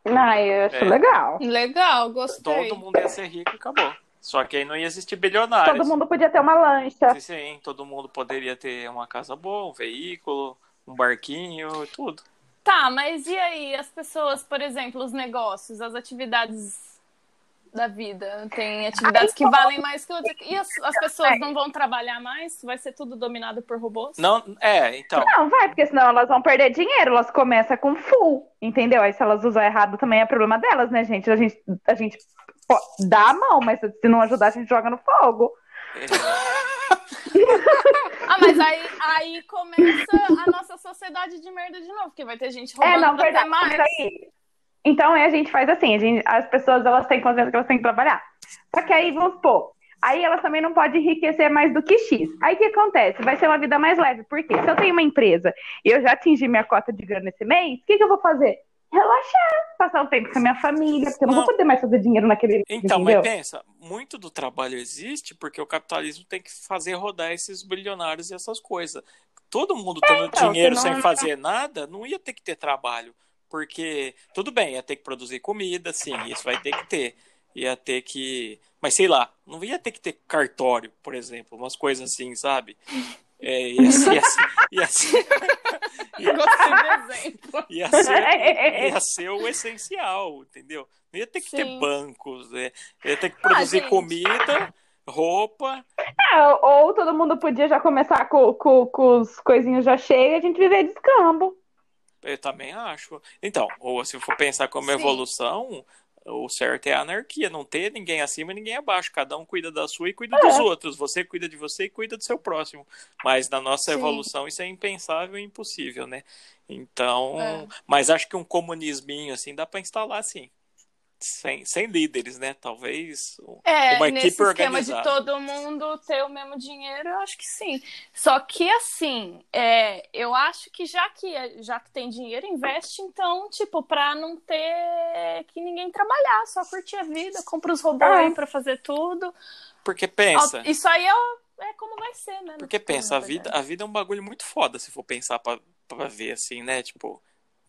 A: Ah, eu acho
B: É.
A: legal.
D: Legal, gostei.
B: Todo mundo ia ser rico e acabou. Só que aí não ia existir bilionários.
A: Todo mundo podia ter uma lancha.
B: Sim, sim, todo mundo poderia ter uma casa boa, um veículo, um barquinho, tudo.
D: Tá, mas e aí as pessoas, por exemplo, os negócios, as atividades da vida? Tem atividades que valem mais que outras. E as, as pessoas não vão trabalhar mais? Vai ser tudo dominado por robôs?
B: Não, é, então,
A: Não, vai, porque senão elas vão perder dinheiro, elas começam com full, entendeu? Aí se elas usam errado também é problema delas, né, gente? A gente, a gente pô, dá a mão, mas se não ajudar, a gente joga no fogo.
B: é,
D: Ah, mas aí, aí começa a nossa sociedade de merda de novo, porque vai ter gente roubando
A: É, não,
D: até
A: verdade.
D: mais.
A: Mas aí- então aí a gente faz assim, a gente- as pessoas elas têm consciência que elas têm que trabalhar. Só que aí, vamos supor, aí elas também não podem enriquecer mais do que X. Aí o que acontece? Vai ser uma vida mais leve. Por quê? Se eu tenho uma empresa e eu já atingi minha cota de grana esse mês, o que, que eu vou fazer? Relaxar, passar um tempo com a minha família, porque eu não,
B: Não.
A: vou poder mais fazer dinheiro naquele.
B: então, mas
A: entendeu?
B: pensa, muito do trabalho existe porque o capitalismo tem que fazer rodar esses bilionários e essas coisas. Todo mundo tendo
A: então,
B: dinheiro
A: senão-
B: sem fazer nada, não ia ter que ter trabalho. Porque, tudo bem, ia ter que produzir comida, sim, isso vai ter que ter. Ia ter que. Mas sei lá, não ia ter que ter cartório, por exemplo, umas coisas assim, sabe? É, ia, ser- ia ser- ia ser-
D: Gostei do exemplo.
B: ia ser, ia ser o essencial, entendeu? Não ia ter que ter
D: Sim. Ah,
B: bancos, né? ia ter que produzir
D: gente.
B: comida, roupa.
A: Ah, ou todo mundo podia já começar com, com- com os coisinhos já cheios e a gente viver de escambo.
B: Eu também acho. Então, ou se for pensar como
D: Sim.
B: evolução, o certo é a anarquia, não ter ninguém acima e ninguém abaixo. Cada um cuida da sua e cuida
D: É.
B: dos outros. Você cuida de você e cuida do seu próximo. Mas na nossa
D: Sim.
B: evolução isso é impensável e impossível, né? Então,
D: É.
B: mas acho que um comunisminho assim dá para instalar sim. Sem, sem líderes, né? Talvez
D: É,
B: Uma
D: nesse
B: equipe
D: esquema de
B: organizada.
D: todo mundo ter o mesmo dinheiro, eu acho que sim. Só que assim, é, eu acho que já que já que tem dinheiro, investe então, tipo, pra não ter que ninguém trabalhar, só curtir a vida, compra os robôs
A: Ah, é.
D: aí pra fazer tudo.
B: Porque pensa.
D: Isso aí é, o- é como vai ser, né? no
B: Porque
D: futuro,
B: pensa,
D: na
B: a vida,
D: verdade.
B: a vida é um bagulho muito foda, se for pensar pra, pra ver assim, né? Tipo,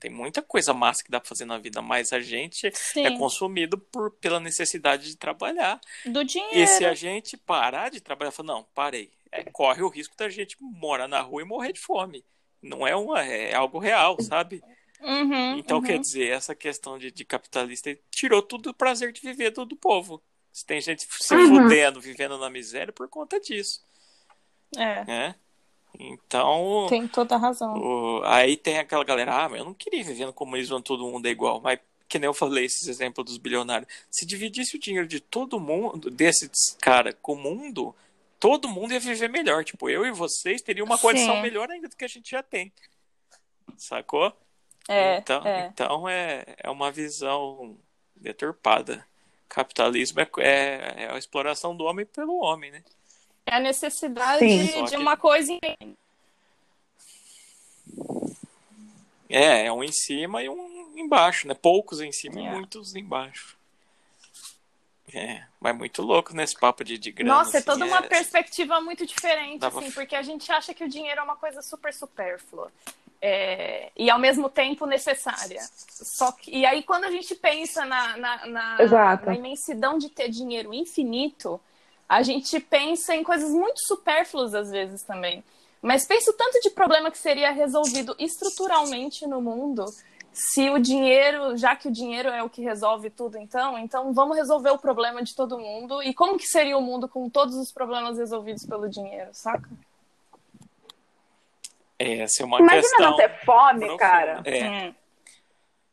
B: tem muita coisa massa que dá pra fazer na vida, mas a gente é
D: Sim,
B: consumido por, pela necessidade de trabalhar.
D: do
B: E se
D: dinheiro.
B: a gente parar de trabalhar, falar, não, parei, é, corre o risco da gente morar na rua e morrer de fome. Não é uma, é algo real, sabe?
D: Uhum,
B: Então,
D: uhum.
B: quer dizer, essa questão de, de capitalista tirou tudo o prazer de viver do, do povo. Se tem gente se
A: Uhum.
B: fudendo, vivendo na miséria por conta disso,
D: É,
B: né? Então,
D: tem toda a razão.
B: o- aí tem aquela galera, ah, mas eu não queria viver no comunismo onde todo mundo é igual, mas que nem eu falei esses exemplos dos bilionários. Se dividisse o dinheiro de todo mundo, desse cara com o mundo, todo mundo ia viver melhor. Tipo, eu e vocês teriam uma condição
D: Sim.
B: melhor ainda do que a gente já tem. Sacou?
D: É,
B: então
D: é.
B: então é, é uma visão deturpada. Capitalismo é, é, é a exploração do homem pelo homem, né?
D: É a necessidade
A: Sim.
B: Só
D: de
B: que-
D: uma coisa em
B: É, é um em cima e um embaixo, né? Poucos em cima e
D: É.
B: muitos embaixo. É, mas muito louco nesse papo de, de grana.
D: Nossa, é
B: assim,
D: toda uma
B: é-
D: perspectiva muito diferente,
B: Dá pra-
D: assim, porque a gente acha que o dinheiro é uma coisa super supérflua. é, e ao mesmo tempo necessária. Só que, e aí, quando a gente pensa na, na, na-
A: Exato.
D: na imensidão de ter dinheiro infinito, a gente pensa em coisas muito supérfluas às vezes também. Mas pensa o tanto de problema que seria resolvido estruturalmente no mundo se o dinheiro, já que o dinheiro é o que resolve tudo, então, então vamos resolver o problema de todo mundo. E como que seria o mundo com todos os problemas resolvidos pelo dinheiro, saca?
B: é, essa é uma
A: Imagina
B: questão.
A: não ter fome,
B: profunda.
A: cara.
B: É.
D: Hum.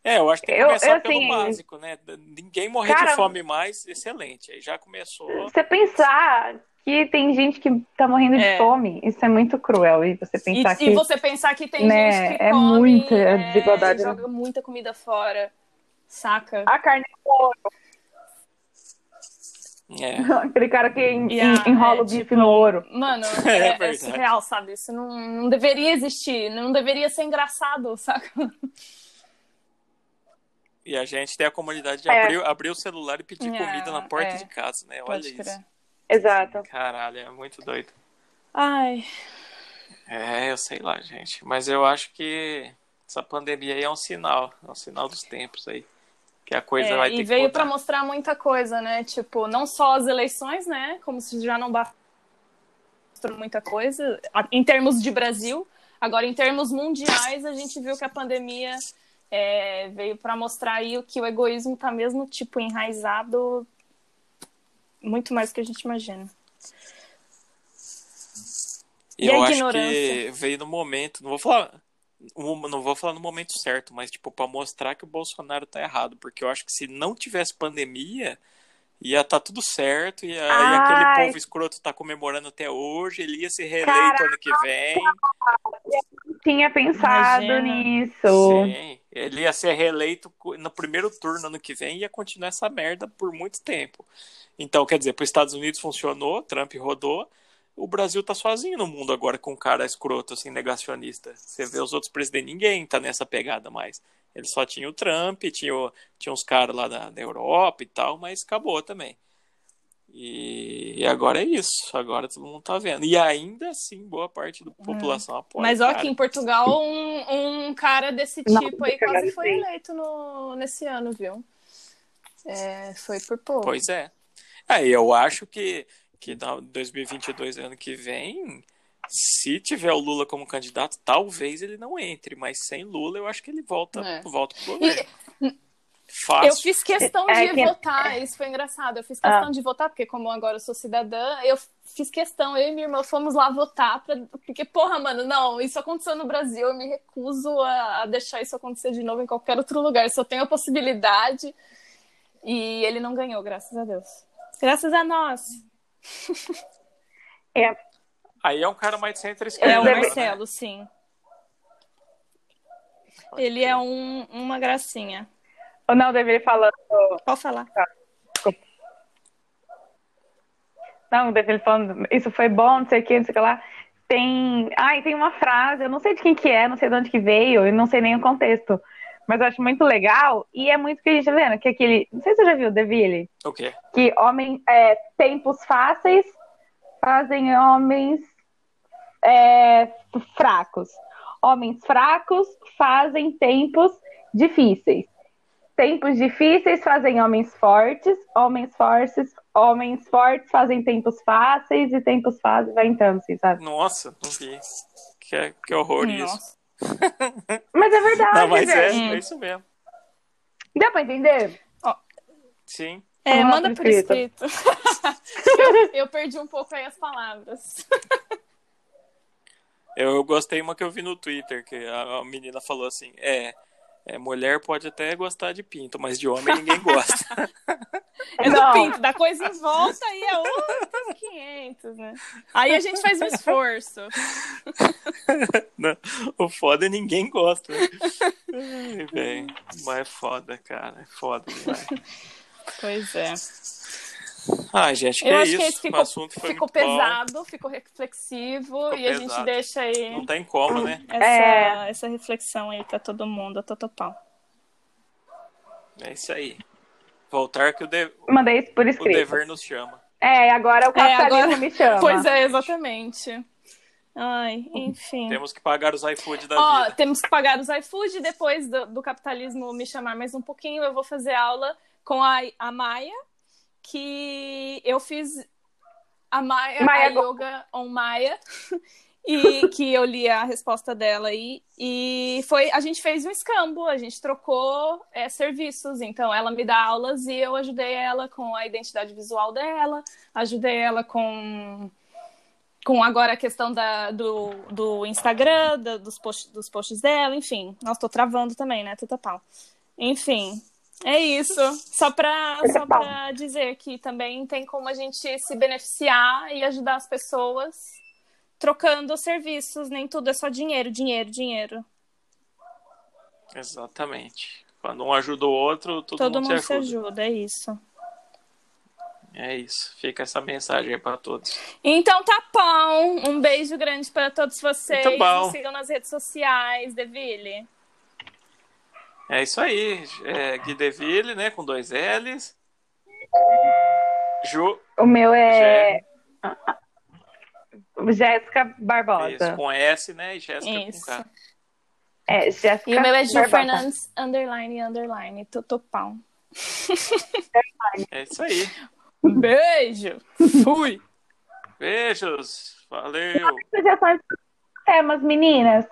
B: É, eu acho que tem que
A: Eu-
B: começar
A: eu,
B: pelo
A: assim,
B: básico, né? Ninguém morrer
A: cara- hum.
B: de fome mais, excelente. Aí já começou.
A: Você pensar que tem gente que tá morrendo de
D: É.
A: fome, isso é muito cruel. E você
D: E,
A: pensar que.
D: e você pensar que tem
A: Né,
D: gente que
A: é
D: come,
A: muita
D: é,
A: desigualdade, né?
D: joga muita comida fora, saca?
A: A carne é ouro.
B: É.
A: Aquele cara que en-
D: Yeah,
A: en- enrola
D: é,
A: o bife no ouro.
D: Mano,
B: É
D: é, é
B: verdade.
D: surreal, sabe? Isso não, não deveria existir, não deveria ser engraçado, saca?
B: E a gente tem a comunidade de
A: É.
B: abrir, abrir o celular e pedir
D: É,
B: comida na porta
D: é.
B: de casa, né? Olha
D: Pode
B: isso.
D: crer.
A: Exato.
B: Caralho, é muito doido.
D: Ai,
B: É, eu sei lá, gente. Mas eu acho que essa pandemia aí é um sinal. É um sinal dos tempos aí. Que a coisa
D: É,
B: vai ter
D: e
B: que
D: veio
B: mudar.
D: pra mostrar muita coisa, né? Tipo, não só as eleições, né? Como se já não bastasse muita coisa a- em termos de Brasil. Agora, em termos mundiais, a gente viu que a pandemia é, veio pra mostrar aí o que o egoísmo tá mesmo tipo enraizado muito mais do que a gente imagina.
B: E
D: E a
B: eu acho que
D: ignorância?
B: veio no momento, não vou falar, um- não vou falar no momento certo, mas tipo para mostrar que o Bolsonaro tá errado, porque eu acho que se não tivesse pandemia, ia tá tudo certo e, a- e
A: Ai.
B: aquele povo escroto tá comemorando até hoje, ele ia ser reeleito ano que vem.
A: Tinha pensado
D: Imagina.
A: nisso.
B: Sim, ele ia ser reeleito co- no primeiro turno ano que vem e ia continuar essa merda por muito tempo. Então, quer dizer, para os Estados Unidos funcionou, Trump rodou, o Brasil tá sozinho no mundo agora com um cara escroto, assim, negacionista. Você vê os outros presidentes, ninguém tá nessa pegada mais. Ele só tinha o Trump, tinha, o- tinha uns caras lá da, da Europa e tal, mas acabou também. E, e agora é isso, agora todo mundo tá vendo. E ainda assim, boa parte da população apoia.
D: É. Mas
B: o
D: ó,
B: cara.
D: que em Portugal, um, um cara desse
A: Não,
D: tipo aí
A: cara,
D: quase foi
A: sim.
D: eleito no, nesse ano, viu? É, foi por pouco.
B: Pois é. Aí eu acho que, que na 2022, ano que vem, se tiver o Lula como candidato, talvez ele não entre, mas sem Lula eu acho que ele volta,
D: É.
B: volta pro
D: E-
B: governo. Fácil.
D: Eu fiz questão de
A: É que-
D: votar, isso foi engraçado. Eu fiz questão de votar, porque como agora eu sou cidadã, eu fiz questão, eu e minha irmã fomos lá votar, pra... porque, porra, mano, não, isso aconteceu no Brasil, eu me recuso a, a deixar isso acontecer de novo em qualquer outro lugar, se eu tenho a possibilidade. E ele não ganhou, graças a Deus. Graças a nós.
B: Aí é um cara mais centro-esquerda.
D: É o
B: agora, né?
D: Marcelo, sim. Ele é um- uma gracinha.
A: O não deveria falando.
D: Pode falar.
A: Não, deveria falando. Isso foi bom, não sei o que, não sei o que lá. Tem. Ai, tem uma frase, eu não sei de quem que é, não sei de onde que veio, e não sei nem o contexto. Mas eu acho muito legal, e é muito o que a gente tá vendo, que aquele. Não sei se você já viu, Deville,
B: O quê?
A: que homem é, tempos fáceis fazem homens é, fracos. Homens fracos fazem tempos difíceis. Tempos difíceis fazem homens fortes, homens fortes, homens fortes fazem tempos fáceis e tempos fáceis vai entrando, assim, sabe?
B: Nossa, não vi. Que, que horror isso.
D: Nossa.
A: Mas é verdade,
B: Não, mas é,
A: velho.
B: é isso mesmo.
A: Deu pra entender?
B: Sim.
D: É,
A: Fala
D: manda
A: por
D: por escrito. eu perdi um pouco aí as palavras.
B: Eu, eu gostei uma que eu vi no Twitter, que a, a menina falou assim, é, é, mulher pode até gostar de pinto, mas de homem ninguém gosta.
D: É do
A: Não.
D: pinto, da coisa em volta aí é outros 500, né? Aí a gente faz um esforço.
B: Não, o foda é ninguém gosta. né? Ai, velho. Mas é foda, cara. É foda demais.
C: Pois é.
B: Ah, gente, que
D: Eu
B: é
D: acho
B: isso.
D: que esse
B: o
D: ficou,
B: assunto foi
D: ficou
B: muito bom.
D: pesado, ficou reflexivo
B: Ficou
D: e a gente
B: pesado.
D: deixa aí.
B: Não tem como, né?
C: Essa,
A: É.
C: essa reflexão aí pra todo mundo, eu tô topal.
B: É isso aí. Voltar que o, de-
A: Mandei isso por
B: o
A: escrito.
B: dever nos chama.
A: É, agora o capitalismo
C: agora-
A: me chama.
C: Pois é, exatamente. Ai, enfim.
B: Temos que pagar os iFood da
D: Ó,
B: vida.
D: temos que pagar os iFood depois do, do capitalismo me chamar mais um pouquinho. Eu vou fazer aula com a, a Maia, que eu fiz a Maia,
A: Maia
D: a
A: Go-
D: Yoga on Maia, e que eu li a resposta dela aí. E foi, a gente fez um escambo, a gente trocou é, serviços. Então ela me dá aulas e eu ajudei ela com a identidade visual dela, ajudei ela com com agora a questão da, do, do Instagram, da- dos, post, dos posts dela, enfim. Nossa, tô travando também, né? Tuta pau. Enfim, é isso. Só pra, só
A: pau.
D: pra dizer que também tem como a gente se beneficiar e ajudar as pessoas trocando serviços. Nem tudo é só dinheiro, dinheiro, dinheiro.
B: Exatamente. Quando um ajuda o outro, todo,
C: Todo
B: mundo,
C: mundo
B: se
C: se
B: ajuda.
C: ajuda, é isso.
B: É isso. Fica essa mensagem aí pra todos.
D: Então tá bom. Um beijo grande para todos vocês.
B: Muito bom.
D: Nos sigam nas redes sociais, Deville.
B: É isso aí. É, Gui Deville, né? Com dois L's. Ju,
A: O meu é. Jéssica Barbosa.
B: isso, com S, né? E Jéssica com
D: Isso.
B: K.
A: É, Jéssica
D: E o meu é Ju
A: Barbosa.
D: Fernandes, underline, underline. Tô pau.
B: É isso aí.
D: Beijo. Fui.
B: Beijos. Valeu.
A: Sugestões de É, temas, meninas.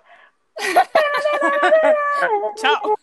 D: Tchau.